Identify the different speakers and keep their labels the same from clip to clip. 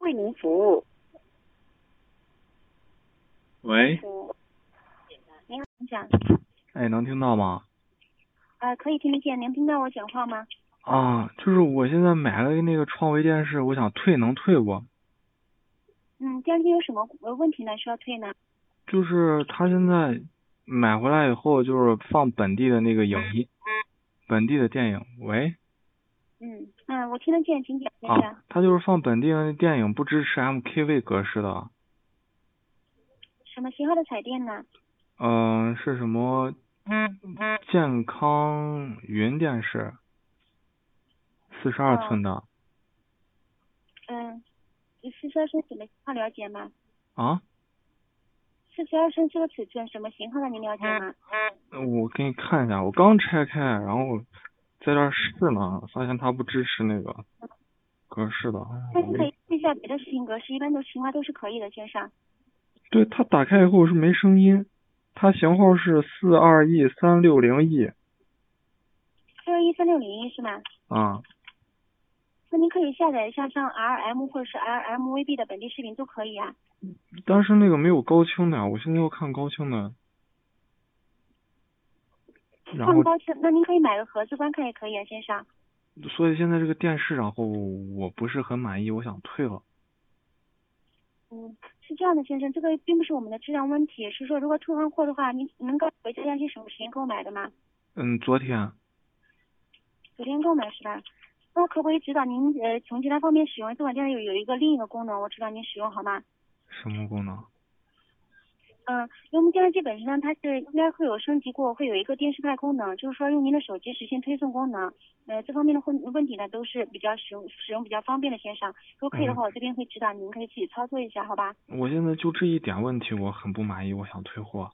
Speaker 1: 为您服务。
Speaker 2: 喂，
Speaker 1: 您好，您讲
Speaker 2: 哎，能听到吗？
Speaker 1: 啊、可以听得见，您听到我讲话吗？
Speaker 2: 啊，就是我现在买了那个创维电视，我想退，能退不？
Speaker 1: 嗯，将军有什么呃问题呢？需要退呢？
Speaker 2: 就是他现在买回来以后，就是放本地的那个影音，本地的电影。喂，
Speaker 1: 嗯嗯，我听得见，请讲先生。
Speaker 2: 啊，他就是放本地的电影，不支持 MKV 格式的。
Speaker 1: 什么型号的彩电呢？
Speaker 2: 嗯、是什么？健康云电视，四十二
Speaker 1: 哦
Speaker 2: 寸的
Speaker 1: 嗯，四十二寸什么型号了解吗？
Speaker 2: 啊？
Speaker 1: 四十二寸这个尺寸什么型号的您了解吗？
Speaker 2: 呃我给你看一下，我刚拆开，然后在这儿试呢，发现它不支持那个格式的。哎
Speaker 1: 但
Speaker 2: 呀
Speaker 1: 是可以试一下别的视频格式，一般都情况都是可以的，先生。
Speaker 2: 对，它打开以后是没声音，它型号是四二 E 三六零 E
Speaker 1: 六一三六零一是吗？
Speaker 2: 啊。
Speaker 1: 那您可以下载一下像 RM 或者是 RMVB 的本地视频都可以啊。
Speaker 2: 但是那个没有高清的，我现在要看高清的。然
Speaker 1: 放
Speaker 2: 后，
Speaker 1: 高清，那您可以买个盒子观看也可以啊，先生。
Speaker 2: 所以现在这个电视，然后我不是很满意，我想退了。
Speaker 1: 嗯，是这样的，先生，这个并不是我们的质量问题，是说如果退换货的话，您能告诉我一下将近什么时间购买的吗？
Speaker 2: 嗯，昨天
Speaker 1: 昨天购买是吧？那我可不可以指导您呃从其他方面使用这款电视有有一个另一个功能，我指导您使用好吗？
Speaker 2: 什么功能？
Speaker 1: 嗯，因为我们电视机本身呢，它是应该会有升级过，会有一个电视派功能，就是说用您的手机实现推送功能。呃，这方面的问问题呢，都是比较使用使用比较方便的，先生。如果可以的话，我这边会指导您，可以自己操作一下，好吧？
Speaker 2: 我现在就这一点问题，我很不满意，我想退货。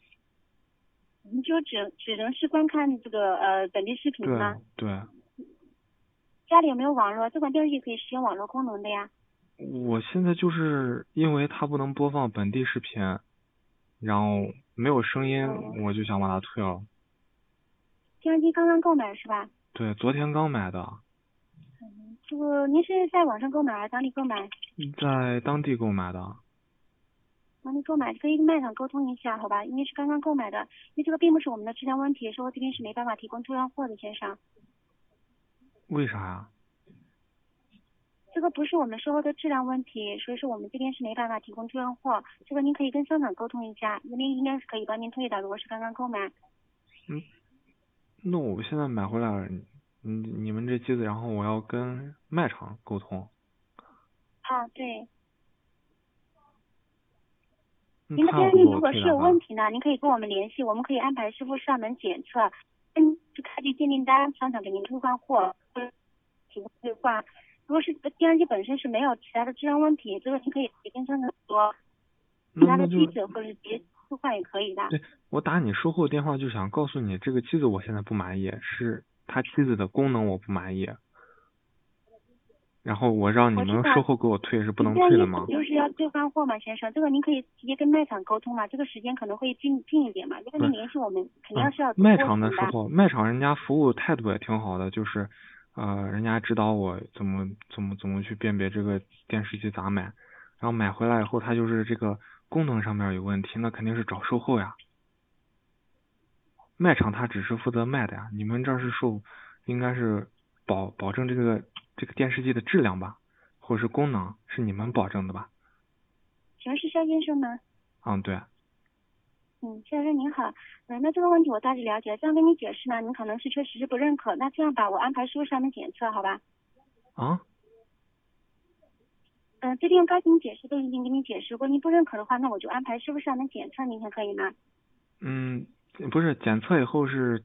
Speaker 1: 你就只只能是观看这个呃本地视频
Speaker 2: 对
Speaker 1: 吗？
Speaker 2: 对，
Speaker 1: 家里有没有网络？这款电视机可以使用网络功能的呀。
Speaker 2: 我现在就是因为它不能播放本地视频，然后没有声音，
Speaker 1: 哦
Speaker 2: 我就想把它退了。
Speaker 1: 电视机刚刚购买是吧？
Speaker 2: 对，昨天刚买的，
Speaker 1: 这个您是在网上购买还是当地购买？
Speaker 2: 在当地购买的。
Speaker 1: 当地购买跟卖场沟通一下，好吧？因为是刚刚购买的，因为这个并不是我们的质量问题，售后这边是没办法提供退换货的，先生。
Speaker 2: 为啥呀？
Speaker 1: 这个不是我们售后的质量问题，所以说我们这边是没办法提供退换货。这个您可以跟商场沟通一下，那边应该是可以帮您退的。如果是刚刚购买，
Speaker 2: 那我现在买回来了，你你们这机子，然后我要跟卖场沟通。
Speaker 1: 啊，对，
Speaker 2: 嗯
Speaker 1: 您的
Speaker 2: 他
Speaker 1: 电
Speaker 2: 要
Speaker 1: 视机
Speaker 2: 给我
Speaker 1: 如果
Speaker 2: 退
Speaker 1: 是
Speaker 2: 咋
Speaker 1: 有
Speaker 2: 办
Speaker 1: 问题呢，您可以跟我们联系，我们可以安排师傅上门检测，根据开具鉴定单商场给您退换货，提供退换。如果是电视机本身是没有其他的质量问题，这个您可以直接跟商场说，其
Speaker 2: 那
Speaker 1: 他
Speaker 2: 嗯那
Speaker 1: 的
Speaker 2: 就
Speaker 1: 机子或者是直接退换也可以的。
Speaker 2: 对我打你售后电话，就想告诉你这个机子我现在不满意，是它机子的功能我不满意。然后我让你
Speaker 1: 我知
Speaker 2: 们
Speaker 1: 道
Speaker 2: 售后给我退是不能
Speaker 1: 这样
Speaker 2: 退的
Speaker 1: 意思
Speaker 2: 吗？
Speaker 1: 就是要退换货嘛，先生，这个您可以直接跟卖场沟通嘛，这个时间可能会近近一点嘛。如果您
Speaker 2: 不
Speaker 1: 联系我们，肯定
Speaker 2: 嗯
Speaker 1: 是要、
Speaker 2: 卖场的时，候，卖场人家服务态度也挺好的，就是呃，人家指导我怎么怎么怎么去辨别这个电视机咋买，然后买回来以后，它就是这个功能上面有问题，那肯定是找售后呀。卖场他只是负责卖的呀，你们这儿是售，应该是保保证这个这个电视机的质量吧，或者是功能是你们保证的吧？
Speaker 1: 请问是肖先生吗？
Speaker 2: 嗯，对，
Speaker 1: 嗯，先生您好，嗯、那这个问题我大致了解，这样跟你解释呢，您可能是确实是不认可。那这样吧，我安排师傅上门检测，好吧？
Speaker 2: 啊，
Speaker 1: 嗯、这边该给你解释都已经给你解释过，您不认可的话，那我就安排师傅上门检测，您看可以吗？
Speaker 2: 嗯，不是，检测以后是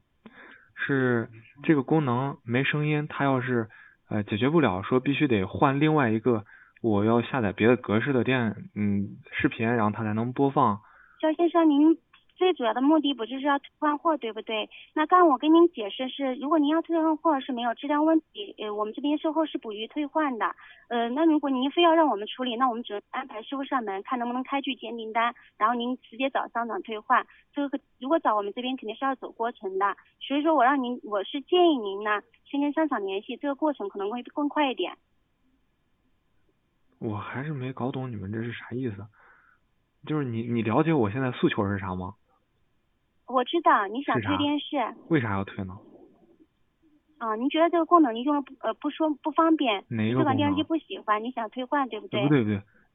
Speaker 2: 是这个功能没声音，它要是呃解决不了，说必须得换另外一个，我要下载别的格式的电嗯视频，然后它才能播放。
Speaker 1: 肖先生，您最主要的目的不就是要退换货，对不对？那刚刚我跟您解释是，如果您要退换货是没有质量问题，呃，我们这边售后是不予退换的。呃，那如果您非要让我们处理，那我们只能安排师傅上门，看能不能开具鉴定单，然后您直接找商场退换。这个如果找我们这边肯定是要走过程的，所以说我让您，我是建议您呢，先跟商场联系，这个过程可能会更快一点。
Speaker 2: 我还是没搞懂你们这是啥意思。就是你你了解我现在诉求是啥吗？
Speaker 1: 我知道你想
Speaker 2: 是啥
Speaker 1: 推电视，
Speaker 2: 为啥要退呢？
Speaker 1: 啊、您觉得这个功能您用了不呃不说不方便，
Speaker 2: 哪一
Speaker 1: 这
Speaker 2: 个
Speaker 1: 款
Speaker 2: 功
Speaker 1: 电视
Speaker 2: 能
Speaker 1: 机？不喜欢，你想退换对不对？嗯
Speaker 2: 不对不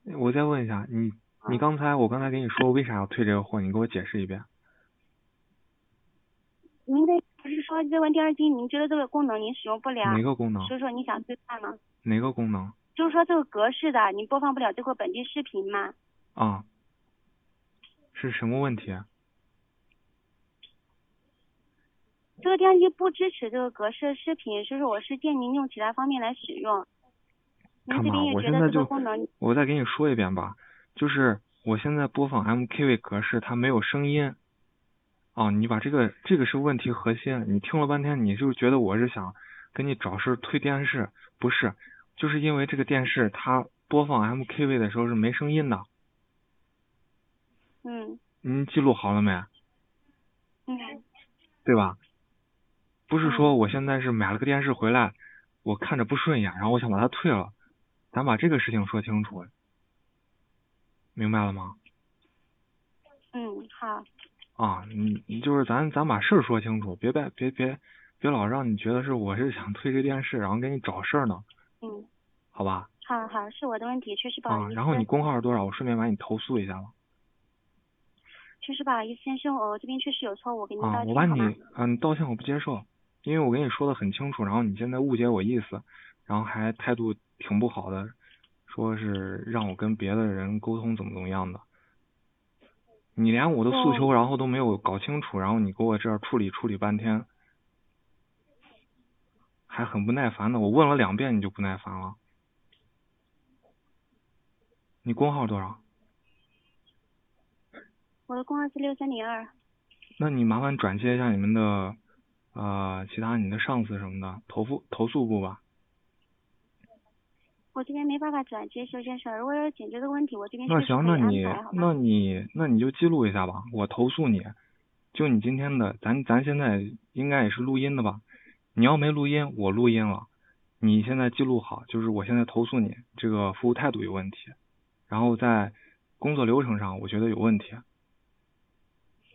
Speaker 2: 对，我再问一下，你你刚才我刚才跟你说为啥要退这个货，你给我解释一遍。
Speaker 1: 您的不是说这款电视机您觉得这个功能您使用不了，
Speaker 2: 哪个功能？
Speaker 1: 所以说你想退换呢？
Speaker 2: 哪个功能？
Speaker 1: 就是说这个格式的您播放不了这个本地视频嘛？
Speaker 2: 啊，是什么问题啊？
Speaker 1: 这个电视机不支持这个格式的视频，所以说我是建议您用其他方面来使用。您
Speaker 2: 干
Speaker 1: 这
Speaker 2: 嘛
Speaker 1: 边也
Speaker 2: 我
Speaker 1: 觉
Speaker 2: 现在
Speaker 1: 得这
Speaker 2: 就
Speaker 1: 个功能
Speaker 2: 我再给你说一遍吧，就是我现在播放 MKV 格式，它没有声音。哦，你把这个这个是问题核心，你听了半天，你就觉得我是想跟你找事推电视，不是，就是因为这个电视它播放 MKV 的时候是没声音的。
Speaker 1: 嗯
Speaker 2: 您记录好了没？啊
Speaker 1: 嗯
Speaker 2: 对吧？不是
Speaker 1: 嗯
Speaker 2: 说我现在是买了个电视回来，我看着不顺眼，然后我想把它退了，咱把这个事情说清楚，啊明白了吗？
Speaker 1: 嗯好
Speaker 2: 啊，你你就是咱咱把事儿说清楚，别别别别别老让你觉得是我是想退这电视，然后给你找事儿呢，
Speaker 1: 嗯
Speaker 2: 好吧？
Speaker 1: 好好是我的问题，确实不好
Speaker 2: 啊
Speaker 1: 意，思。
Speaker 2: 然后你工号是多少？我顺便把你投诉一下吧。
Speaker 1: 确实不好意思，先生，我这边确实有错误，给您
Speaker 2: 啊
Speaker 1: 道，歉
Speaker 2: 我把
Speaker 1: 好
Speaker 2: 你
Speaker 1: 吗？
Speaker 2: 啊，你道歉我不接受，因为我跟你说的很清楚，然后你现在误解我意思，然后还态度挺不好的，说是让我跟别的人沟通怎么怎么样的，你连我的诉
Speaker 1: 哦
Speaker 2: 求然后都没有搞清楚，然后你给我这儿处理处理半天，还很不耐烦的，我问了两遍你就不耐烦了，你工号多少？
Speaker 1: 我的工号是六三零二，
Speaker 2: 那你麻烦转接一下你们的呃其他你的上司什么的投诉投诉部吧。
Speaker 1: 我这边没办法转接修先生，如果要解决这个问题，我这边
Speaker 2: 那
Speaker 1: 确实
Speaker 2: 行，
Speaker 1: 嗯可
Speaker 2: 那
Speaker 1: 以安
Speaker 2: 你
Speaker 1: 排好吗？
Speaker 2: 那你那你就记录一下吧，我投诉你。就你今天的，咱咱现在应该也是录音的吧？你要没录音，我录音了。你现在记录好，就是我现在投诉你这个服务态度有问题，然后在工作流程上我觉得有问题，明
Speaker 1: 确
Speaker 2: 白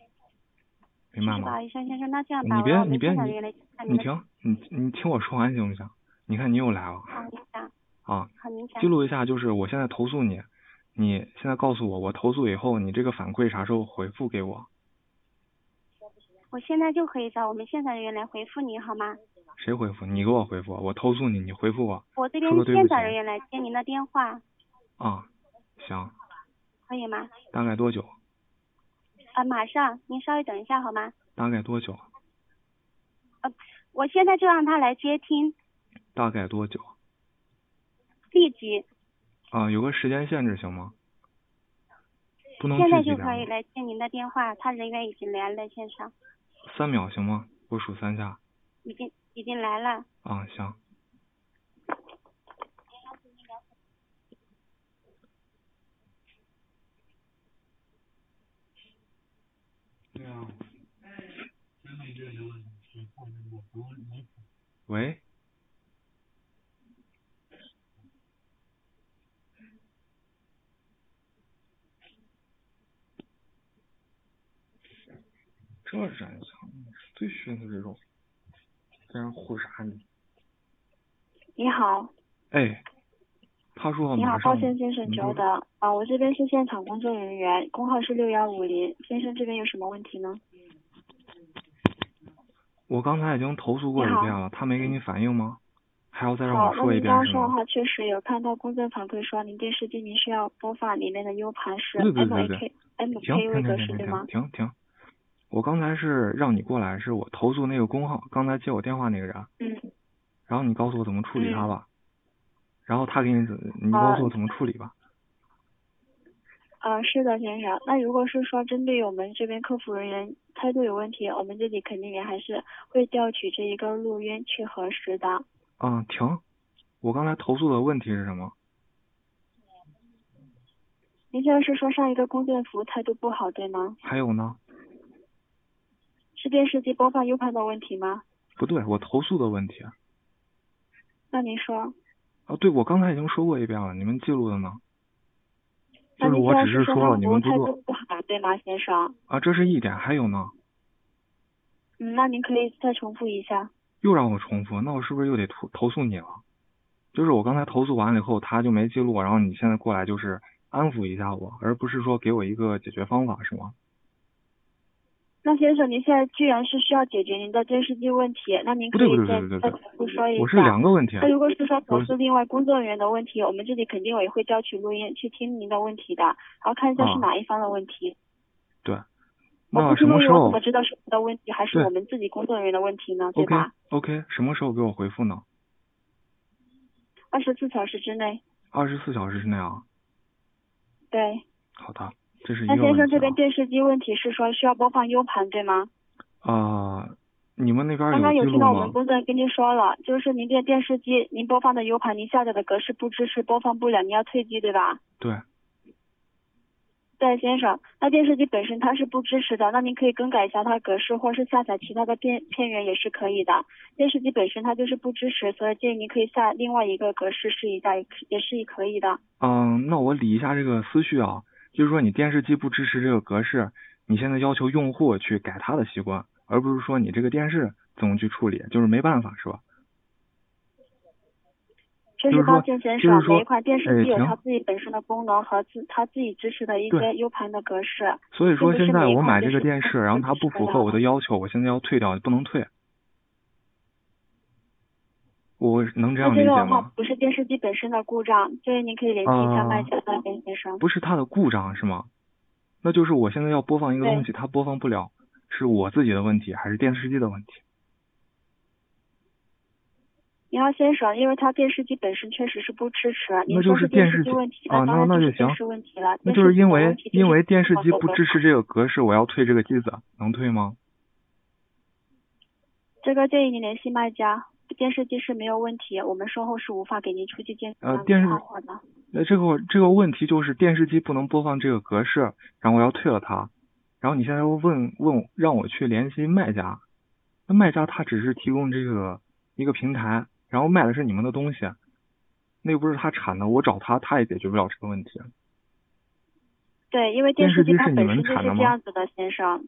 Speaker 1: 实不
Speaker 2: 吗
Speaker 1: 好？意思，先生，那这样吧，
Speaker 2: 你
Speaker 1: 我
Speaker 2: 别
Speaker 1: 让我
Speaker 2: 你
Speaker 1: 们
Speaker 2: 别
Speaker 1: 现场
Speaker 2: 你
Speaker 1: 人员来看
Speaker 2: 你
Speaker 1: 的
Speaker 2: 听，你你听我说完行不行？你看你又来了
Speaker 1: 好您讲，
Speaker 2: 啊！
Speaker 1: 好您讲
Speaker 2: 记。录一下，就是我现在投诉你，你现在告诉我，我投诉以后你这个反馈啥时候回复给我？
Speaker 1: 我现在就可以找我们现场人员来回复您好吗？
Speaker 2: 谁回复？你给我回复，我投诉你，你回复我
Speaker 1: 我这边
Speaker 2: 说得对不
Speaker 1: 现场
Speaker 2: 起
Speaker 1: 人员来接您的电话，
Speaker 2: 啊。行，
Speaker 1: 可以吗？
Speaker 2: 大概多久？
Speaker 1: 啊，马上，您稍微等一下好吗？
Speaker 2: 大概多久？
Speaker 1: 我现在就让他来接听，
Speaker 2: 大概多久？
Speaker 1: 立即，
Speaker 2: 啊，有个时间限制行吗？不能
Speaker 1: 现在
Speaker 2: 具
Speaker 1: 就
Speaker 2: 体
Speaker 1: 可以
Speaker 2: 点吗？
Speaker 1: 来接您的电话，他人员已经来了现场，
Speaker 2: 三秒行吗？我数三下。
Speaker 1: 已经已经来了。
Speaker 2: 啊，行。喂，这人强，最逊的这种，在那互杀你。
Speaker 3: 你好，
Speaker 2: 哎，他说
Speaker 3: 你
Speaker 2: 哦
Speaker 3: 好
Speaker 2: 马，
Speaker 3: 抱
Speaker 2: 上，
Speaker 3: 歉，先生，
Speaker 2: 您
Speaker 3: 久
Speaker 2: 说
Speaker 3: 等啊，我这边是现场工作人员，工号是六幺五零，先生这边有什么问题呢？
Speaker 2: 我刚才已经投诉过一
Speaker 3: 你好
Speaker 2: 遍了，他没给你反应吗？还要再让
Speaker 3: 好
Speaker 2: 我，
Speaker 3: 那
Speaker 2: 说一
Speaker 3: 您刚
Speaker 2: 遍
Speaker 3: 刚
Speaker 2: 是
Speaker 3: 说的
Speaker 2: 吗？
Speaker 3: 话，确实有看到公众反馈说您电视机您是要播放里面的 U 盘是
Speaker 2: 对对
Speaker 3: M
Speaker 2: 对
Speaker 3: A
Speaker 2: 对
Speaker 3: K M
Speaker 2: 行，
Speaker 3: K
Speaker 2: 停
Speaker 3: 位
Speaker 2: 停
Speaker 3: 格
Speaker 2: 停
Speaker 3: 式对吗
Speaker 2: 停停？停停，我刚才是让你过来，是我投诉那个工号，刚才接我电话那个人，
Speaker 3: 嗯，
Speaker 2: 然后你告诉我怎么处理他吧，然后他给你怎，你
Speaker 3: 啊
Speaker 2: 告诉我怎么处理吧。
Speaker 3: 啊，是的，先生。那如果是说针对我们这边客服人员态度有问题，我们这里肯定也还是会调取这一个录音去核实的。
Speaker 2: 啊、停，我刚才投诉的问题是什么？
Speaker 3: 您现在是说上一个公众服务态度不好，对吗？
Speaker 2: 还有呢？
Speaker 3: 是电视机播放 U 盘的问题吗？
Speaker 2: 不对，我投诉的问题。
Speaker 3: 那您说，
Speaker 2: 哦，啊对，我刚才已经说过一遍了，你们记录的呢？
Speaker 3: 那
Speaker 2: 就是
Speaker 3: 您
Speaker 2: 我
Speaker 3: 现在
Speaker 2: 只是
Speaker 3: 说
Speaker 2: 说
Speaker 3: 他
Speaker 2: 了，
Speaker 3: 们
Speaker 2: 你
Speaker 3: 服务
Speaker 2: 们不
Speaker 3: 态
Speaker 2: 做
Speaker 3: 度不好，对吗，先生？
Speaker 2: 啊，这是一点，还有呢，
Speaker 3: 嗯，那您可以再重复一下。
Speaker 2: 又让我重复，那我是不是又得投投诉你了？就是我刚才投诉完了以后，他就没记录，然后你现在过来就是安抚一下我，而不是说给我一个解决方法，是吗？
Speaker 3: 那先生，您现在居然是需要解决您的真实际问题，那您
Speaker 2: 不
Speaker 3: 可
Speaker 2: 对
Speaker 3: 以
Speaker 2: 不对
Speaker 3: 再
Speaker 2: 不对
Speaker 3: 再
Speaker 2: 不对
Speaker 3: 重复说一下。
Speaker 2: 我是两个问题啊
Speaker 3: 那，如果是说
Speaker 2: 我
Speaker 3: 投
Speaker 2: 是
Speaker 3: 诉另外工作人员的问题，我们这里肯定也会调取录音去听您的问题的，然后看一下
Speaker 2: 啊
Speaker 3: 是哪一方的问题。
Speaker 2: 对，
Speaker 3: 我
Speaker 2: 那
Speaker 3: 不
Speaker 2: 什
Speaker 3: 听录
Speaker 2: 么
Speaker 3: 音，
Speaker 2: 时
Speaker 3: 我
Speaker 2: 候
Speaker 3: 怎么知道是您的问题还是
Speaker 2: 对
Speaker 3: 我们自己工作人员的问题呢？对
Speaker 2: ？OK
Speaker 3: 吧？
Speaker 2: OK，什么时候给我回复呢？
Speaker 3: 二十四小时之内。
Speaker 2: 二十四小时之内啊。
Speaker 3: 对，
Speaker 2: 好的，这是一
Speaker 3: 那
Speaker 2: 个
Speaker 3: 先生
Speaker 2: 问题
Speaker 3: 这边电视机问题是说需要播放 U 盘对吗？
Speaker 2: 啊。啊你们那边
Speaker 3: 刚刚有
Speaker 2: 记录
Speaker 3: 听到我们
Speaker 2: 吗？
Speaker 3: 工作人员跟您说了，就是您这电视机您播放的 U 盘您下载的格式不支持播放不了，您要退机对吧？
Speaker 2: 对，
Speaker 3: 对，先生，那电视机本身它是不支持的，那您可以更改一下它的格式，或是下载其他的片片源也是可以的。电视机本身它就是不支持，所以建议您可以下另外一个格式试一下，也可也是可以的。
Speaker 2: 嗯，那我理一下这个思绪啊，就是说你电视机不支持这个格式，你现在要求用户去改他的习惯，而不是说你这个电视怎么去处理，就是没办法是吧？
Speaker 3: 确
Speaker 2: 就
Speaker 3: 实
Speaker 2: 是说
Speaker 3: 抱歉，先
Speaker 2: 就是
Speaker 3: 生，
Speaker 2: 说
Speaker 3: 每一款电视
Speaker 2: 哎
Speaker 3: 机有
Speaker 2: 停
Speaker 3: 它自己本身的功能和自它自己支持的一
Speaker 2: 对
Speaker 3: 些 U 盘的格式。
Speaker 2: 所以说
Speaker 3: 并不是
Speaker 2: 现在
Speaker 3: 每一
Speaker 2: 我
Speaker 3: 款
Speaker 2: 买
Speaker 3: 就
Speaker 2: 这个
Speaker 3: 是
Speaker 2: 电
Speaker 3: 它
Speaker 2: 视，
Speaker 3: 不
Speaker 2: 然后
Speaker 3: 支
Speaker 2: 它不
Speaker 3: 持
Speaker 2: 符
Speaker 3: 的啊
Speaker 2: 合我的要求，我现在要退掉，不能退。我能这样
Speaker 3: 那
Speaker 2: 理解
Speaker 3: 这个的话
Speaker 2: 吗？哦
Speaker 3: 不是电视机本身的故障，建议您可以联系一下卖家那边先生。
Speaker 2: 不是它的故障是吗？那就是我现在要播放一个
Speaker 3: 对
Speaker 2: 东西，它播放不了，是我自己的问题还是电视机的问题？
Speaker 3: 您好，先生，因为它电视机本身确实是不支持，您
Speaker 2: 那就
Speaker 3: 说
Speaker 2: 是
Speaker 3: 电
Speaker 2: 电视机
Speaker 3: 机问题
Speaker 2: 啊
Speaker 3: 那当
Speaker 2: 那
Speaker 3: 然
Speaker 2: 那
Speaker 3: 就
Speaker 2: 就是
Speaker 3: 电
Speaker 2: 行
Speaker 3: 视问题了。
Speaker 2: 那
Speaker 3: 电
Speaker 2: 就
Speaker 3: 视
Speaker 2: 是
Speaker 3: 机
Speaker 2: 因
Speaker 3: 的
Speaker 2: 为
Speaker 3: 问题就
Speaker 2: 因
Speaker 3: 是
Speaker 2: 为电视
Speaker 3: 不
Speaker 2: 机
Speaker 3: 好
Speaker 2: 不
Speaker 3: 做
Speaker 2: 支
Speaker 3: 的
Speaker 2: 持这个格式，我要退这个机子，能退吗？
Speaker 3: 这个建议您联系卖家，电视机是没有问题，我们售后是无法给您出具监
Speaker 2: 呃
Speaker 3: 管
Speaker 2: 电视
Speaker 3: 换货的。
Speaker 2: 那这个这个问题就是电视机不能播放这个格式，然后我要退了它，然后你现在又问问我让我去联系卖家，那卖家他只是提供这个一个平台，然后卖的是你们的东西，那又不是他产的，我找他他也解决不了这个问题。
Speaker 3: 对，因为
Speaker 2: 电视
Speaker 3: 视
Speaker 2: 机
Speaker 3: 机它
Speaker 2: 是你
Speaker 3: 本
Speaker 2: 们
Speaker 3: 身就
Speaker 2: 产
Speaker 3: 是
Speaker 2: 的
Speaker 3: 这
Speaker 2: 吗
Speaker 3: 样子的，先生。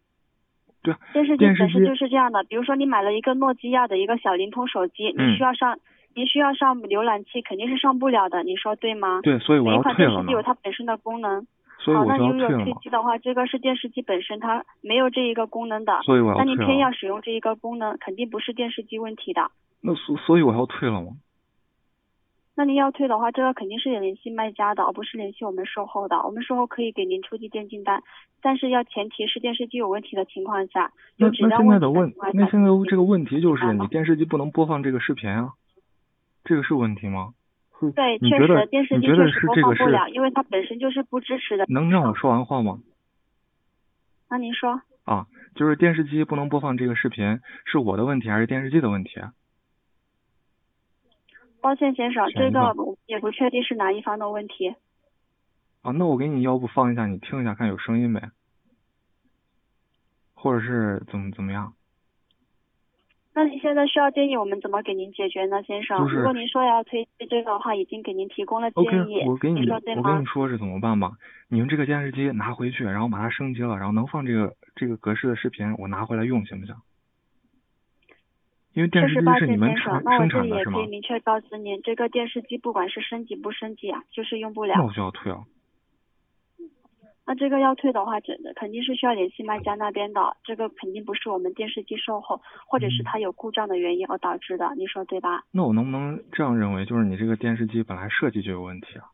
Speaker 2: 对啊，
Speaker 3: 电视机
Speaker 2: 电视
Speaker 3: 本身
Speaker 2: 机
Speaker 3: 就是这样的，比如说你买了一个诺基亚的一个小灵通手机，
Speaker 2: 嗯
Speaker 3: 你需要上，您需要上浏览器，肯定是上不了的，你说对吗？
Speaker 2: 对，所以我
Speaker 3: 每一
Speaker 2: 要
Speaker 3: 款
Speaker 2: 退
Speaker 3: 电
Speaker 2: 了
Speaker 3: 视
Speaker 2: 嘛
Speaker 3: 机，有它本身的功能。
Speaker 2: 所以
Speaker 3: 好，
Speaker 2: 我
Speaker 3: 那
Speaker 2: 就要
Speaker 3: 您如
Speaker 2: 退
Speaker 3: 果
Speaker 2: 了
Speaker 3: 退
Speaker 2: 嘛，
Speaker 3: 机的话，这个是电视机本身它没有这一个功能的，
Speaker 2: 所以我要
Speaker 3: 啊那您
Speaker 2: 退
Speaker 3: 偏
Speaker 2: 了
Speaker 3: 要
Speaker 2: 嘛，
Speaker 3: 使用这一个功能，肯定不是电视机问题的。
Speaker 2: 那所所以我要退了嘛。
Speaker 3: 那您要退的话，这个肯定是得联系卖家的，而不是联系我们售后的。我们售后可以给您出具电竞单，但是要前提是电视机有问题的情况下，
Speaker 2: 那
Speaker 3: 有质
Speaker 2: 那
Speaker 3: 量
Speaker 2: 现在的
Speaker 3: 问题的
Speaker 2: 问
Speaker 3: 情况，下
Speaker 2: 那现在这个问题就
Speaker 3: 明
Speaker 2: 是
Speaker 3: 白
Speaker 2: 你
Speaker 3: 吗
Speaker 2: 电视机不能播放这个视频啊，这个是问题吗？是
Speaker 3: 对，
Speaker 2: 你
Speaker 3: 确
Speaker 2: 觉得
Speaker 3: 实电视
Speaker 2: 你
Speaker 3: 机
Speaker 2: 觉
Speaker 3: 确
Speaker 2: 得
Speaker 3: 实
Speaker 2: 是
Speaker 3: 播
Speaker 2: 这
Speaker 3: 放
Speaker 2: 个
Speaker 3: 不
Speaker 2: 是
Speaker 3: 了，因为它本身就是不支持的。
Speaker 2: 能让我说完话吗？
Speaker 3: 那您说，
Speaker 2: 啊，就是电视机不能播放这个视频，是我的问题还是电视机的问题啊？
Speaker 3: 抱歉先生，
Speaker 2: 选
Speaker 3: 这
Speaker 2: 一
Speaker 3: 个
Speaker 2: 个
Speaker 3: 我也不确定是哪一方的问题。
Speaker 2: 啊，那我给你要不放一下，你听一下看有声音没？啊或者是怎么怎么样？
Speaker 3: 那您现在需要建议我们怎么给您解决呢，先生？
Speaker 2: 就是
Speaker 3: 如果您说要推荐这个的话，已经给您提供了建
Speaker 2: OK，
Speaker 3: 议
Speaker 2: 我给
Speaker 3: 你
Speaker 2: 你，
Speaker 3: 说对
Speaker 2: 我
Speaker 3: 吗
Speaker 2: 跟你说是怎么办吧。你们这个电视机拿回去，然后把它升级了，然后能放这个这个格式的视频，我拿回来用行不行？因为电
Speaker 3: 确
Speaker 2: 视
Speaker 3: 实
Speaker 2: 机
Speaker 3: 抱
Speaker 2: 是
Speaker 3: 歉，
Speaker 2: 你们
Speaker 3: 先生
Speaker 2: 产，
Speaker 3: 那我
Speaker 2: 生
Speaker 3: 这
Speaker 2: 产
Speaker 3: 里
Speaker 2: 的
Speaker 3: 也
Speaker 2: 是吗
Speaker 3: 可以？明确告知您，这个电视机不管是升级不升级啊，就是用不
Speaker 2: 那
Speaker 3: 了。
Speaker 2: 我就要退了。
Speaker 3: 那这个要退的话，这肯定是需要联系卖家那边的，这个肯定不是我们电视机售后或者
Speaker 2: 嗯
Speaker 3: 是它有故障的原因而导致的，你说对吧？
Speaker 2: 那我能不能这样认为，就是你这个电视机本来设计就有问题啊？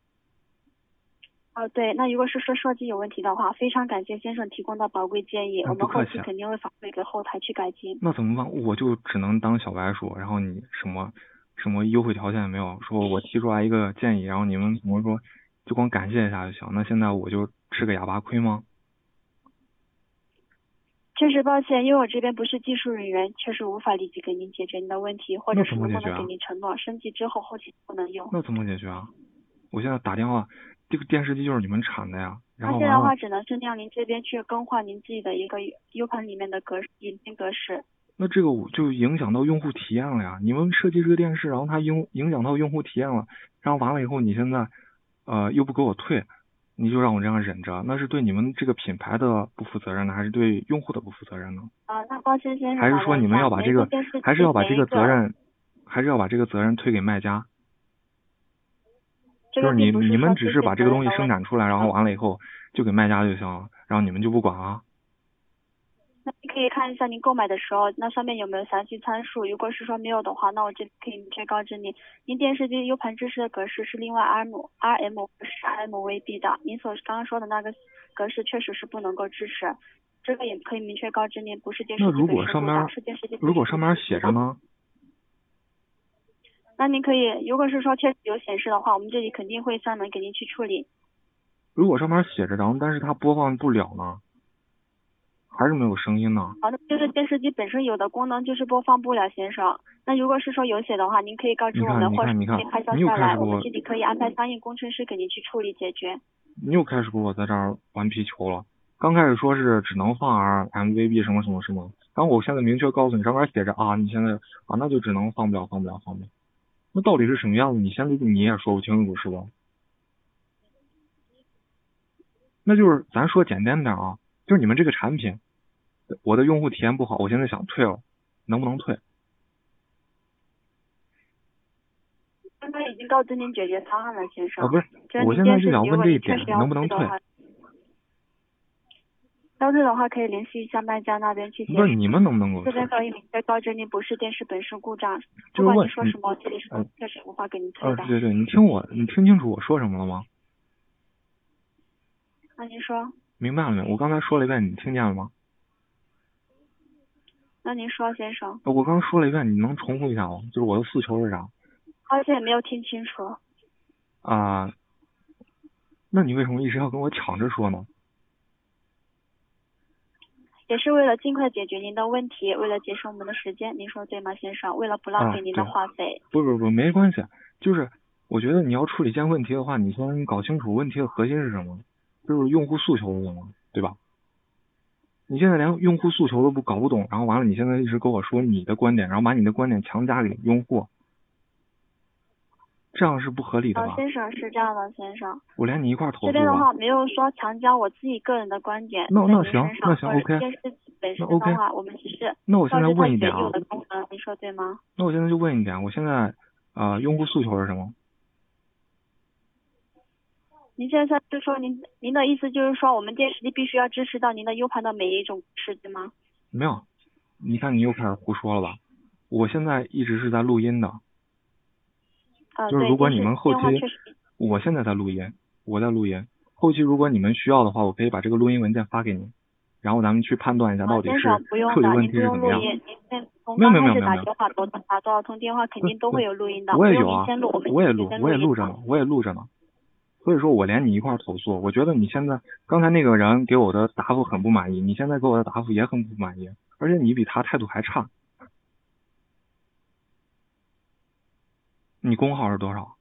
Speaker 3: 哦，对，那如果是说设计有问题的话，非常感谢先生提供的宝贵建议，
Speaker 2: 嗯
Speaker 3: 我
Speaker 2: 不
Speaker 3: 们
Speaker 2: 客
Speaker 3: 后
Speaker 2: 气
Speaker 3: 期
Speaker 2: 啊
Speaker 3: 肯定会反馈给后台去改进。
Speaker 2: 那怎么办？我就只能当小白鼠，然后你什么什么优惠条件也没有，说我提出来一个建议，然后你们怎么说就光感谢一下就行？那现在我就吃个哑巴亏吗？
Speaker 3: 确实抱歉，因为我这边不是技术人员，确实无法立即给您解决您的问题，或者
Speaker 2: 那
Speaker 3: 是
Speaker 2: 怎么
Speaker 3: 能不
Speaker 2: 解决
Speaker 3: 能给
Speaker 2: 啊
Speaker 3: 您承诺升级之后后期不能用。
Speaker 2: 那怎么解决啊？我现在打电话，这个电视机就是你们产的呀，然
Speaker 3: 那
Speaker 2: 后
Speaker 3: 现在的
Speaker 2: 完
Speaker 3: 话，
Speaker 2: 了，
Speaker 3: 只能是让您这边去更换您自己的一个 U 盘里面的格式引擎格式。
Speaker 2: 那这个我就影响到用户体验了呀。你们设计这个电视，然后它影影响到用户体验了，然后完了以后你现在呃又不给我退，你就让我这样忍着，那是对你们这个品牌的不负责任呢，还是对用户的不负责任呢？
Speaker 3: 啊，那高先生
Speaker 2: 还是说你们要把这
Speaker 3: 个，
Speaker 2: 还是要把这个责任，还是要把这个责任推给卖家？
Speaker 3: 这
Speaker 2: 就
Speaker 3: 个
Speaker 2: 是
Speaker 3: 并
Speaker 2: 你
Speaker 3: 不是
Speaker 2: 你们
Speaker 3: 说
Speaker 2: 只
Speaker 3: 谁
Speaker 2: 是
Speaker 3: 谁
Speaker 2: 把这
Speaker 3: 责
Speaker 2: 个
Speaker 3: 任
Speaker 2: 东
Speaker 3: 嗯
Speaker 2: 西
Speaker 3: 的
Speaker 2: 生
Speaker 3: 问
Speaker 2: 产出来，然后完了以后就给卖家就行了，然后你们就不管啊了。
Speaker 3: 那你可以看一下您购买的时候，那上面有没有详细参数？如果是说没有的话，那我这里可以明确告知您，您电视机 U 盘支持的格式是另外 RM RM 是 RMVB 的，您所刚刚说的那个格式确实是不能够支持，这个也可以明确告知您，不是电视
Speaker 2: 那
Speaker 3: 机
Speaker 2: 如
Speaker 3: 本
Speaker 2: 果
Speaker 3: 身
Speaker 2: 上
Speaker 3: 故
Speaker 2: 面
Speaker 3: 障
Speaker 2: 儿
Speaker 3: 是电视机
Speaker 2: 如果
Speaker 3: 本身
Speaker 2: 上面
Speaker 3: 故
Speaker 2: 写着
Speaker 3: 障？
Speaker 2: 呢？
Speaker 3: 那您可以，如果是说确实有显示的话，我们这里肯定会上门给您去处理。
Speaker 2: 如果上面写着，然后但是它播放不了呢，还是没有声音呢？
Speaker 3: 好的，就是电视机本身有的功能就是播放不了，先生。那如果是说有写的话，您可以告知
Speaker 2: 你
Speaker 3: 我
Speaker 2: 看
Speaker 3: 们，
Speaker 2: 你
Speaker 3: 或者
Speaker 2: 看你
Speaker 3: 您可以
Speaker 2: 看
Speaker 3: 拍照
Speaker 2: 你有
Speaker 3: 下
Speaker 2: 开
Speaker 3: 来，
Speaker 2: 始
Speaker 3: 我们
Speaker 2: 过
Speaker 3: 这里可以安排相应工程师给您去处理解决。
Speaker 2: 你又开始跟我在这儿玩皮球了。刚开始说是只能放 R MVB 什么什么什么，然后我现在明确告诉你，上面写着啊，你现在啊那就只能放不了，放不了，放不了。那到底是什么样子？你现在你也说不清楚是吧？那就是咱说简单点啊，就是你们这个产品，我的用户体验不好，我现在想退了，能不能退？
Speaker 3: 刚刚已经告知您解决方案了，先生。
Speaker 2: 啊，不是，
Speaker 3: 就是
Speaker 2: 我
Speaker 3: 您
Speaker 2: 现在
Speaker 3: 电
Speaker 2: 就
Speaker 3: 视
Speaker 2: 想
Speaker 3: 机
Speaker 2: 问这
Speaker 3: 如果
Speaker 2: 一
Speaker 3: 确
Speaker 2: 点
Speaker 3: 实要
Speaker 2: 能不能
Speaker 3: 退的
Speaker 2: 退
Speaker 3: 话？要退的话，可以联系一下卖家那边去解
Speaker 2: 不是
Speaker 3: 释。
Speaker 2: 你们能不能给我
Speaker 3: 这
Speaker 2: 退
Speaker 3: 边？可以明确告知您不是电视本身故障，
Speaker 2: 就是
Speaker 3: 不管
Speaker 2: 问
Speaker 3: 您说
Speaker 2: 你
Speaker 3: 什么，这里是
Speaker 2: 嗯
Speaker 3: 确实无法给您退
Speaker 2: 啊，
Speaker 3: 的
Speaker 2: 对。对对，你听我，你听清楚我说什么了吗？
Speaker 3: 那您说，
Speaker 2: 明白了没有？我刚才说了一遍，你听见了吗？
Speaker 3: 那您说，先生，
Speaker 2: 呃我刚刚说了一遍，你能重复一下吗？就是我的诉求是啥
Speaker 3: 抱歉没有听清楚。
Speaker 2: 啊、那你为什么一直要跟我抢着说呢？
Speaker 3: 也是为了尽快解决您的问题，为了节省我们的时间，您说对吗，先生？为了不浪
Speaker 2: 啊
Speaker 3: 费您的
Speaker 2: 对
Speaker 3: 话费，
Speaker 2: 不不不，没关系，就是我觉得你要处理一件问题的话，你先搞清楚问题的核心是什么，就是用户诉求是什么，对吧？你现在连用户诉求都不搞不懂，然后完了，你现在一直跟我说你的观点，然后把你的观点强加给用户，这样是不合理的
Speaker 3: 啊，
Speaker 2: 吧？
Speaker 3: 先生是这样的，先生，
Speaker 2: 我连你一块儿投诉
Speaker 3: 这边的
Speaker 2: 吧
Speaker 3: 话。没有说强加我自己个人的观点
Speaker 2: 那
Speaker 3: 在
Speaker 2: 那
Speaker 3: 您
Speaker 2: 行
Speaker 3: 身上
Speaker 2: 那行
Speaker 3: 或者
Speaker 2: OK
Speaker 3: 电视机本身
Speaker 2: 那
Speaker 3: 的
Speaker 2: OK
Speaker 3: 话，我们只是
Speaker 2: 那我现在
Speaker 3: 告知它
Speaker 2: 问一
Speaker 3: 原
Speaker 2: 点啊
Speaker 3: 有，的功能，您说对吗？
Speaker 2: 那我现在就问一点，我现在呃用户诉求是什么？
Speaker 3: 您现在就说您您的意思就是说，我们电视机必须要支持到您的 U 盘的每一种格式，对吗？
Speaker 2: 没有，你看你又开始胡说了吧？我现在一直是在录音的，
Speaker 3: 呃，
Speaker 2: 就是
Speaker 3: 对
Speaker 2: 如果
Speaker 3: 电
Speaker 2: 你
Speaker 3: 视
Speaker 2: 们
Speaker 3: 机
Speaker 2: 后
Speaker 3: 电话
Speaker 2: 期
Speaker 3: 确实
Speaker 2: 我现在在录音，我在录音。后期如果你们需要的话，我可以把这个录音文件发给你，然后咱们去判断一下
Speaker 3: 啊
Speaker 2: 到底
Speaker 3: 先
Speaker 2: 是
Speaker 3: 生不用
Speaker 2: 处理
Speaker 3: 的，
Speaker 2: 问
Speaker 3: 您
Speaker 2: 题
Speaker 3: 不
Speaker 2: 是
Speaker 3: 用
Speaker 2: 怎
Speaker 3: 录
Speaker 2: 么样。
Speaker 3: 音，您从
Speaker 2: 没有
Speaker 3: 刚
Speaker 2: 没有没有
Speaker 3: 开始
Speaker 2: 没
Speaker 3: 打
Speaker 2: 有
Speaker 3: 电话多打多少通电话，肯定都会有录音的。
Speaker 2: 我也
Speaker 3: 不用
Speaker 2: 有
Speaker 3: 您
Speaker 2: 啊
Speaker 3: 先录，我们
Speaker 2: 我也
Speaker 3: 先
Speaker 2: 录
Speaker 3: 先，
Speaker 2: 我也
Speaker 3: 音
Speaker 2: 录着
Speaker 3: 档
Speaker 2: 呢，我也录着呢。所以说我连你一块儿投诉，我觉得你现在刚才那个人给我的答复很不满意，你现在给我的答复也很不满意，而且你比他态度还差。你工号是多少？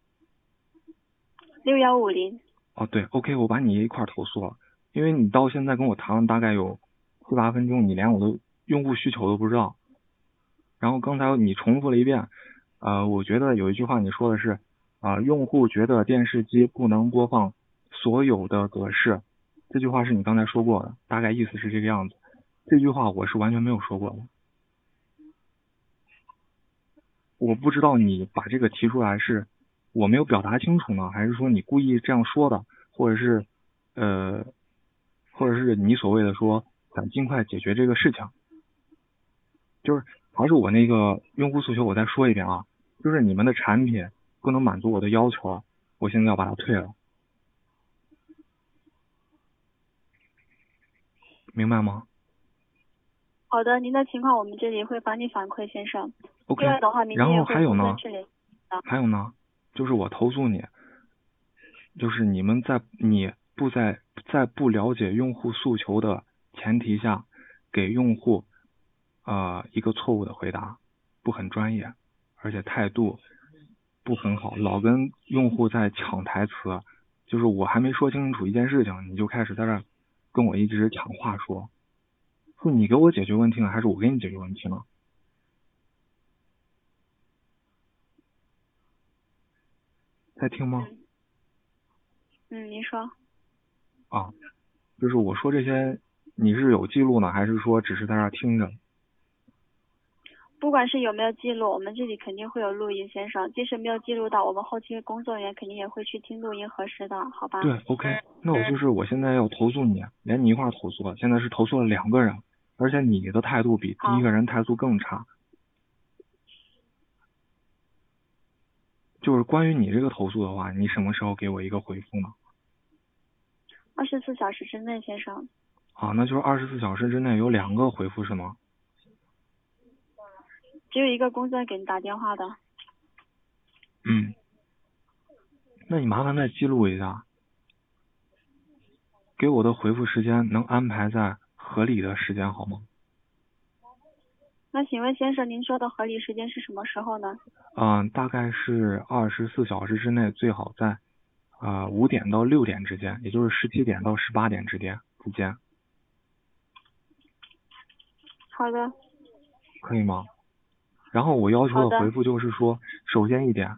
Speaker 3: 六幺五零。
Speaker 2: 哦，对，OK，我把你一块儿投诉了，因为你到现在跟我谈了大概有七八分钟，你连我的用户需求都不知道。然后刚才你重复了一遍，呃，我觉得有一句话你说的是，啊、用户觉得电视机不能播放所有的格式，这句话是你刚才说过的，大概意思是这个样子。这句话我是完全没有说过的，我不知道你把这个提出来是我没有表达清楚呢，还是说你故意这样说的，或者是呃，或者是你所谓的说想尽快解决这个事情，就是还是我那个用户诉求，我再说一遍啊，就是你们的产品不能满足我的要求啊，我现在要把它退了，明白吗
Speaker 3: 好的，您的情况我们这里会帮您反馈，先生。
Speaker 2: ？OK，
Speaker 3: 另外的话，明
Speaker 2: 然
Speaker 3: 天也
Speaker 2: 后
Speaker 3: 会
Speaker 2: 还有
Speaker 3: 充
Speaker 2: 呢
Speaker 3: 分治理。
Speaker 2: 还有呢，就是我投诉你，就是你们在你不在在不了解用户诉求的前提下，给用户呃一个错误的回答，不很专业，而且态度不很好，老跟用户在抢台词，就是我还没说清楚一件事情，你就开始在这儿跟我一直抢话说，是你给我解决问题呢，还是我给你解决问题呢？在听吗？
Speaker 3: 嗯，您说。
Speaker 2: 啊，就是我说这些，你是有记录呢，还是说只是在那儿听着？
Speaker 3: 不管是有没有记录，我们这里肯定会有录音，先生。即使没有记录到，我们后期工作人员肯定也会去听录音核实的，好吧？
Speaker 2: 对，OK。那我就是我现在要投诉你，啊连你一块儿投诉了，啊现在是投诉了两个人，而且你的态度比第一个人态度更差。就是关于你这个投诉的话，你什么时候给我一个回复呢？
Speaker 3: 二十四小时之内，先生。
Speaker 2: 啊，那就是二十四小时之内有两个回复是吗？
Speaker 3: 只有一个工作人员给你打电话的。
Speaker 2: 嗯，那你麻烦再记录一下，给我的回复时间能安排在合理的时间好吗？
Speaker 3: 那请问先生，您说的合理时间是什么时候呢？
Speaker 2: 嗯，大概是二十四小时之内，最好在啊五、点到六点之间，也就是十七点到十八点之间之间，
Speaker 3: 好的，
Speaker 2: 可以吗？然后我要求
Speaker 3: 好的
Speaker 2: 的回复就是说，首先一点，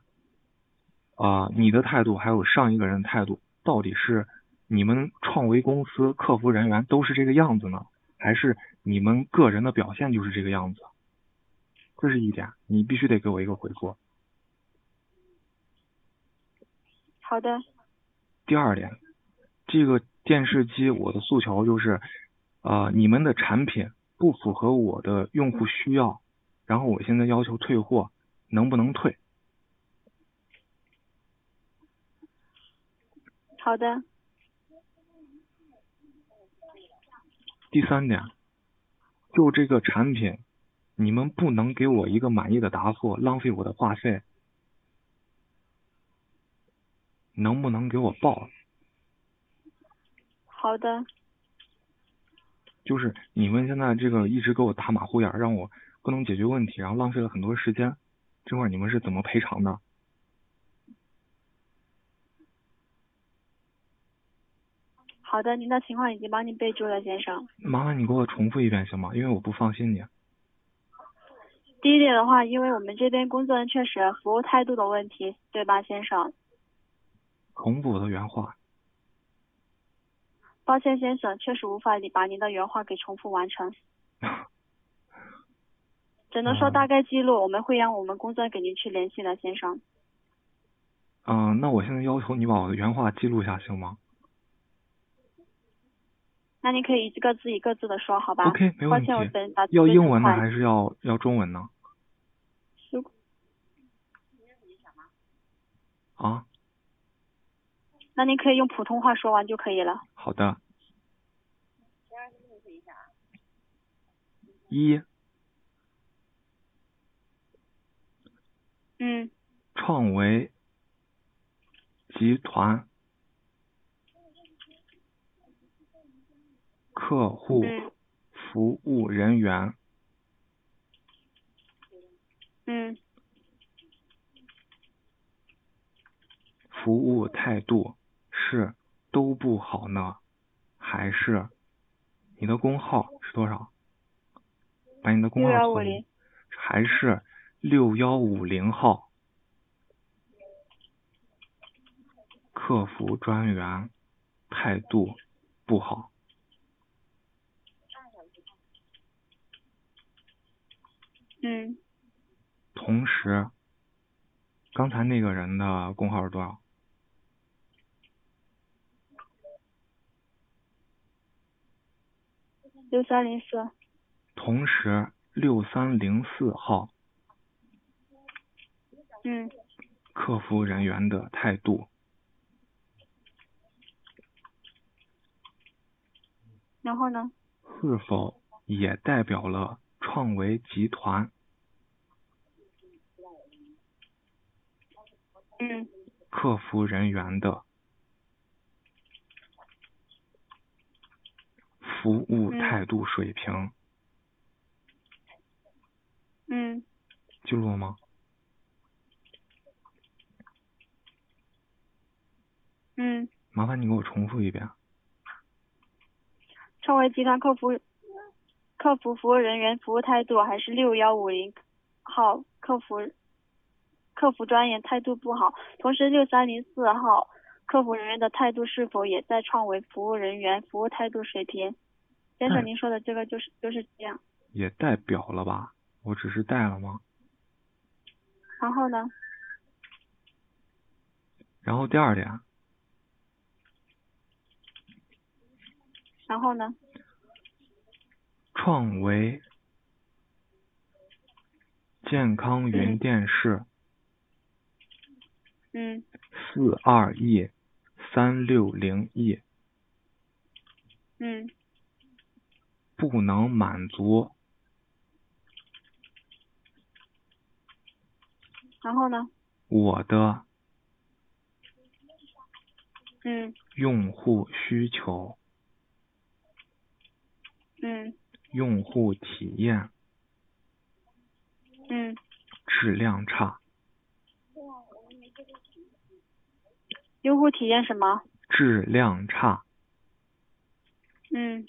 Speaker 2: 啊、你的态度还有上一个人的态度，到底是你们创维公司客服人员都是这个样子呢，还是你们个人的表现就是这个样子？这是一点，你必须得给我一个回复。
Speaker 3: 好的，
Speaker 2: 第二点，这个电视机我的诉求就是，呃，你们的产品不符合我的用户需要，然后我现在要求退货，能不能退？
Speaker 3: 好的，
Speaker 2: 第三点，就这个产品，你们不能给我一个满意的答复，浪费我的话费，能不能给我报？
Speaker 3: 好的，
Speaker 2: 就是你们现在这个一直给我打马虎眼儿，让我不能解决问题，然后浪费了很多时间，这块儿你们是怎么赔偿的？
Speaker 3: 好的，您的情况已经帮您备注了，先生。
Speaker 2: 麻烦你给我重复一遍行吗？因为我不放心你。
Speaker 3: 第一点的话，因为我们这边工作人员确实服务态度的问题，对吧，先生？
Speaker 2: 重复我的原话，
Speaker 3: 抱歉，先生，确实无法把您的原话给重复完成，只能说
Speaker 2: 嗯
Speaker 3: 大概记录，我们会让我们工作人员给您去联系的，先生。
Speaker 2: 嗯、那我现在要求你把我的原话记录一下行吗
Speaker 3: 那您可以一个字一个字的说，好吧
Speaker 2: OK，没
Speaker 3: 抱
Speaker 2: 问题
Speaker 3: 歉，我本打字
Speaker 2: 要
Speaker 3: 有
Speaker 2: 英
Speaker 3: 点
Speaker 2: 文呢
Speaker 3: 快
Speaker 2: 还是要要中文呢？
Speaker 3: 如果
Speaker 2: 啊，
Speaker 3: 那您可以用普通话说完就可以了。
Speaker 2: 好的。一
Speaker 3: 嗯，
Speaker 2: 创维集团客户
Speaker 3: 嗯
Speaker 2: 服务人员
Speaker 3: 嗯，
Speaker 2: 服务态度是都不好呢，还是你的工号是多少？把你的工
Speaker 3: 六
Speaker 2: 号
Speaker 3: 幺五
Speaker 2: 说
Speaker 3: 零
Speaker 2: 明，还是六幺五零号客服专员态度不好。
Speaker 3: 嗯，
Speaker 2: 同时，刚才那个人的工号是多少？
Speaker 3: 六三零四，
Speaker 2: 同时，六三零四号
Speaker 3: 嗯，
Speaker 2: 客服人员的态度
Speaker 3: 然后呢？
Speaker 2: 是否也代表了创维集团
Speaker 3: 嗯，
Speaker 2: 客服人员的服务
Speaker 3: 嗯
Speaker 2: 态度水平？
Speaker 3: 嗯，
Speaker 2: 记录了吗？
Speaker 3: 嗯，
Speaker 2: 麻烦你给我重复一遍。
Speaker 3: 创维集团客服客服服务人员服务态度还是六幺五零号客服客服专业态度不好，同时六三零四号客服人员的态度是否也在创维服务人员服务态度水平？先生，
Speaker 2: 嗯
Speaker 3: 您说的这个就是就是这样。
Speaker 2: 也代表了吧？我只是带了吗？
Speaker 3: 然后呢？
Speaker 2: 然后第二点，
Speaker 3: 然后呢？
Speaker 2: 创维健康云
Speaker 3: 嗯
Speaker 2: 电视
Speaker 3: 嗯，
Speaker 2: 四二 E 三六零 E
Speaker 3: 嗯，
Speaker 2: 不能满足
Speaker 3: 然后呢？
Speaker 2: 我的
Speaker 3: 嗯
Speaker 2: 用户需求、
Speaker 3: 嗯
Speaker 2: 用户体验
Speaker 3: 嗯，
Speaker 2: 质量差、
Speaker 3: 用户体验什么？
Speaker 2: 质量差，
Speaker 3: 嗯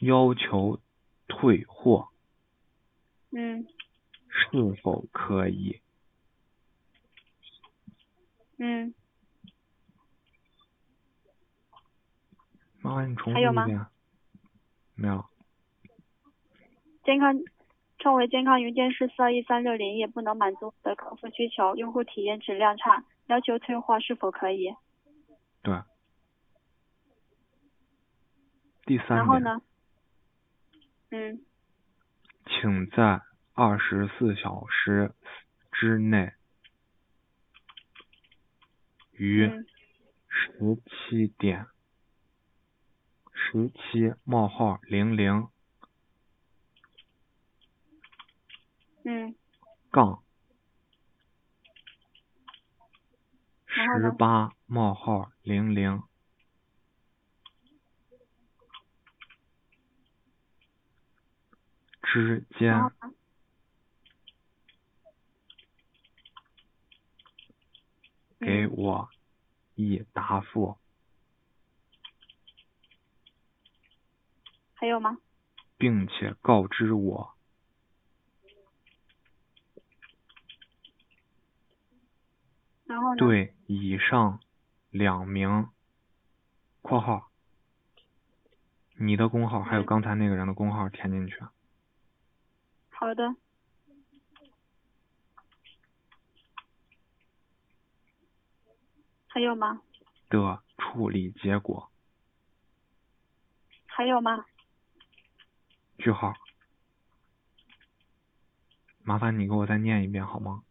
Speaker 2: 要求退货
Speaker 3: 嗯
Speaker 2: 是否可以？
Speaker 3: 嗯，
Speaker 2: 麻烦你重复
Speaker 3: 还有
Speaker 2: 一
Speaker 3: 吗
Speaker 2: 遍。没有，
Speaker 3: 健康创维健康云电视四二一三六零也不能满足我的客户需求，用户体验质量差，要求退货是否可以？
Speaker 2: 对。第三点。
Speaker 3: 然后呢？嗯
Speaker 2: 请在二十四小时之内于
Speaker 3: 嗯
Speaker 2: 十七点十七冒号零零
Speaker 3: 嗯
Speaker 2: 杠
Speaker 3: 然后
Speaker 2: 十
Speaker 3: 呢
Speaker 2: 八冒号零零之间
Speaker 3: 然后呢？
Speaker 2: 给
Speaker 3: 嗯
Speaker 2: 我一答复，
Speaker 3: 还有吗？
Speaker 2: 并且告知我
Speaker 3: 然后呢？
Speaker 2: 对以上两名（括号）你的工号还有
Speaker 3: 嗯
Speaker 2: 刚才那个人的工号填进去。
Speaker 3: 好的。还有吗？
Speaker 2: 的处理结果。
Speaker 3: 还有吗？
Speaker 2: 句号。麻烦你给我再念一遍好吗？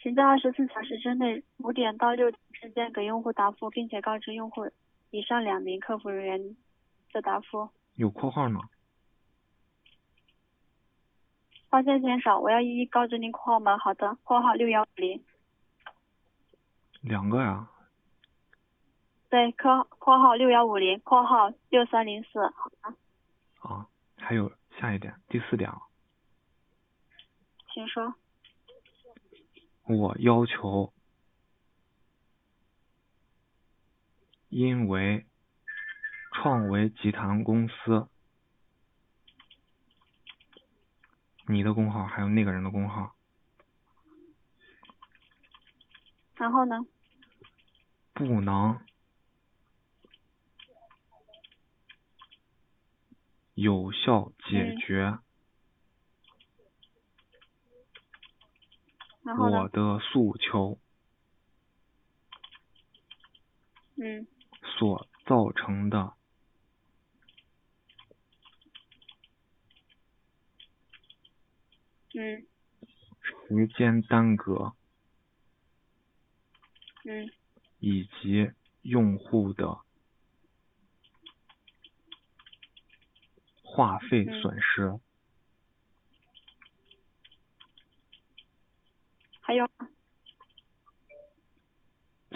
Speaker 3: 请在二十四小时之内五点到六点之间给用户答复，并且告知用户以上两名客服人员的答复。
Speaker 2: 有括号呢？
Speaker 3: 抱歉先生，我要一一告知您括号吗？好的，括号六幺五零。
Speaker 2: 两个呀。
Speaker 3: 对，括括号六幺五零，括号六三零四。好的，
Speaker 2: 啊，还有下一点，第四点啊，
Speaker 3: 请说。
Speaker 2: 我要求，因为创维集团公司，你的工号还有那个人的工号
Speaker 3: 然后呢？
Speaker 2: 不能有效解
Speaker 3: 嗯
Speaker 2: 决、
Speaker 3: 嗯然后呢
Speaker 2: 我？的诉求
Speaker 3: 嗯
Speaker 2: 所造成的
Speaker 3: 嗯
Speaker 2: 时间耽搁
Speaker 3: 嗯
Speaker 2: 以及用户的话费
Speaker 3: 嗯
Speaker 2: 损失，
Speaker 3: 还有吗？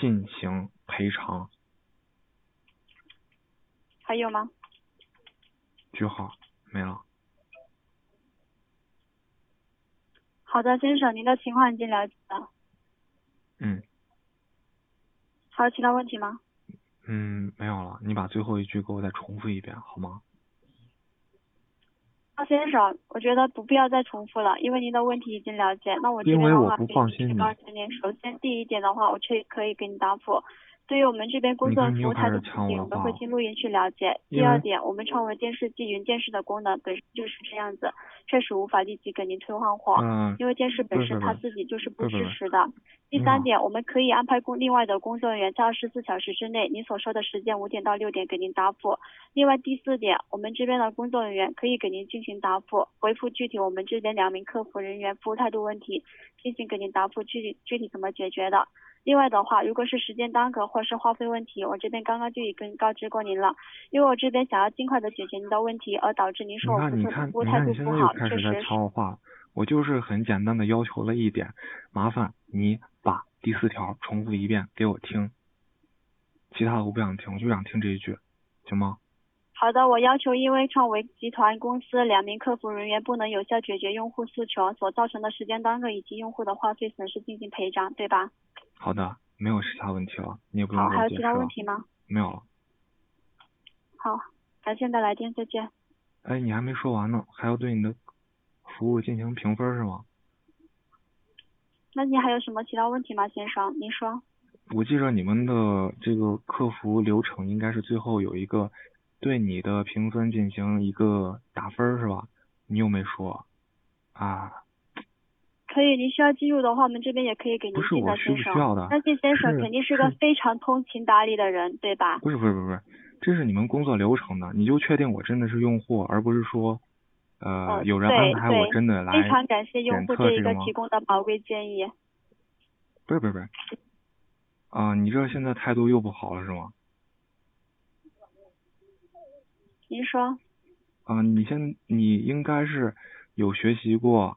Speaker 2: 进行赔偿。
Speaker 3: 还有吗？
Speaker 2: 句号没了。
Speaker 3: 好的，先生，您的情况已经了解了。
Speaker 2: 嗯
Speaker 3: 还有其他问题吗？
Speaker 2: 嗯，没有了。你把最后一句给我再重复一遍好吗？
Speaker 3: 高先生，我觉得不必要再重复了，因为您的问题已经了解。那我这
Speaker 2: 因
Speaker 3: 边
Speaker 2: 为
Speaker 3: 的
Speaker 2: 我
Speaker 3: 话，
Speaker 2: 不
Speaker 3: 可以
Speaker 2: 放
Speaker 3: 提
Speaker 2: 心你
Speaker 3: 告诉您，首先第一点的话，我这可以给你答复。对于我们这边工
Speaker 2: 你
Speaker 3: 作
Speaker 2: 看
Speaker 3: 服
Speaker 2: 你又
Speaker 3: 务态
Speaker 2: 开
Speaker 3: 度
Speaker 2: 始
Speaker 3: 不
Speaker 2: 抢我
Speaker 3: 行，
Speaker 2: 的
Speaker 3: 我们会
Speaker 2: 话
Speaker 3: 听录音去了解。第
Speaker 2: 因
Speaker 3: 二
Speaker 2: 为
Speaker 3: 点，我们称为电视机云电视的功能本身就是这样子，确实无法立即给您退换货。
Speaker 2: 嗯，
Speaker 3: 因为电视本
Speaker 2: 不是
Speaker 3: 身
Speaker 2: 不
Speaker 3: 它
Speaker 2: 是
Speaker 3: 自己就是
Speaker 2: 不
Speaker 3: 不
Speaker 2: 是不
Speaker 3: 支
Speaker 2: 是
Speaker 3: 持的。第
Speaker 2: 你
Speaker 3: 三
Speaker 2: 好
Speaker 3: 点，我们可以安排工另外的工作人员在二十四小时之内，您所说的时间五点到六点给您答复。另外第四点，我们这边的工作人员可以给您进行答复，回复具体我们这边两名客服人员服务态度问题，进行给您答复具体具体怎么解决的。另外的话，如果是时间耽搁或是话费问题，我这边刚刚就已经告知过您了，因为我这边想要尽快的解决您的问题，而导致您
Speaker 2: 你
Speaker 3: 说我
Speaker 2: 看
Speaker 3: 服
Speaker 2: 你
Speaker 3: 务
Speaker 2: 看
Speaker 3: 服务
Speaker 2: 你
Speaker 3: 态
Speaker 2: 看
Speaker 3: 度
Speaker 2: 你现
Speaker 3: 不
Speaker 2: 在又
Speaker 3: 好，
Speaker 2: 开
Speaker 3: 确
Speaker 2: 始在
Speaker 3: 实
Speaker 2: 插我话了，我就是很简单的要求了一点，麻烦你把第四条重复一遍给我听，其他的我不想听，我就想听这一句，行吗？
Speaker 3: 好的，我要求因为创维集团公司两名客服人员不能有效解决用户诉求所造成的时间耽搁以及用户的话费损失进行赔偿，对吧？
Speaker 2: 好的，没有其他问题了，你也不
Speaker 3: 好，
Speaker 2: 用给我
Speaker 3: 还有
Speaker 2: 解
Speaker 3: 其
Speaker 2: 释
Speaker 3: 他问
Speaker 2: 嗯了，
Speaker 3: 题吗？
Speaker 2: 没有了。
Speaker 3: 好，感谢您的来电，再见。
Speaker 2: 哎，你还没说完呢，还要对你的服务进行评分是吗？
Speaker 3: 那您还有什么其他问题吗，先生？您说。
Speaker 2: 我记着你们的这个客服流程应该是最后有一个对你的评分进行一个打分儿是吧？你又没说啊？
Speaker 3: 可以，您需要记录的话，我们这边也可以给您
Speaker 2: 不是
Speaker 3: 记
Speaker 2: 我
Speaker 3: 的，
Speaker 2: 需
Speaker 3: 先
Speaker 2: 不需
Speaker 3: 生。
Speaker 2: 要的？
Speaker 3: 相信先生
Speaker 2: 是
Speaker 3: 肯定是个
Speaker 2: 是
Speaker 3: 非常通情达理的人，对吧？
Speaker 2: 不是不是不是不是，这是你们工作流程的，你就确定我真的是用户，而不是说呃
Speaker 3: 嗯
Speaker 2: 有人安
Speaker 3: 对
Speaker 2: 排我
Speaker 3: 对
Speaker 2: 真的 来
Speaker 3: 非常感谢用
Speaker 2: 检
Speaker 3: 户
Speaker 2: 测
Speaker 3: 这一
Speaker 2: 这
Speaker 3: 个
Speaker 2: 个吗
Speaker 3: 提供的宝贵建议。
Speaker 2: 不是不是不是，啊、你这现在态度又不好了是吗？
Speaker 3: 您说。
Speaker 2: 啊、你先你应该是有学习过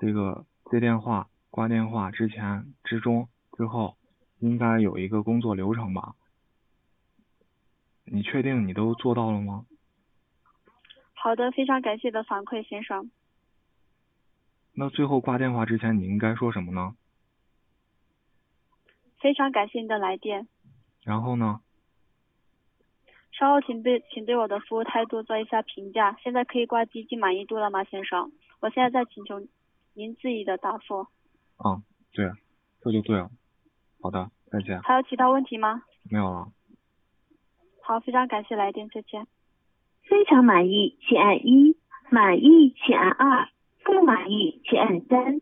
Speaker 2: 这个接电话、挂电话之前、之中、之后，应该有一个工作流程吧？你确定你都做到了吗？
Speaker 3: 好的，非常感谢你的反馈，先生。
Speaker 2: 那最后挂电话之前，你应该说什么呢？
Speaker 3: 非常感谢您的来电。
Speaker 2: 然后呢？
Speaker 3: 稍后请对请对我的服务态度做一下评价。现在可以挂机进满意度了吗，先生？我现在在请求您自己的答复。
Speaker 2: 啊，对，这就对了。好的，再见，
Speaker 3: 还有其他问题吗？
Speaker 2: 没有了。
Speaker 3: 好，非常感谢来电，再见。
Speaker 4: 非常满意，请按一；满意，请按二；不满意，请按三。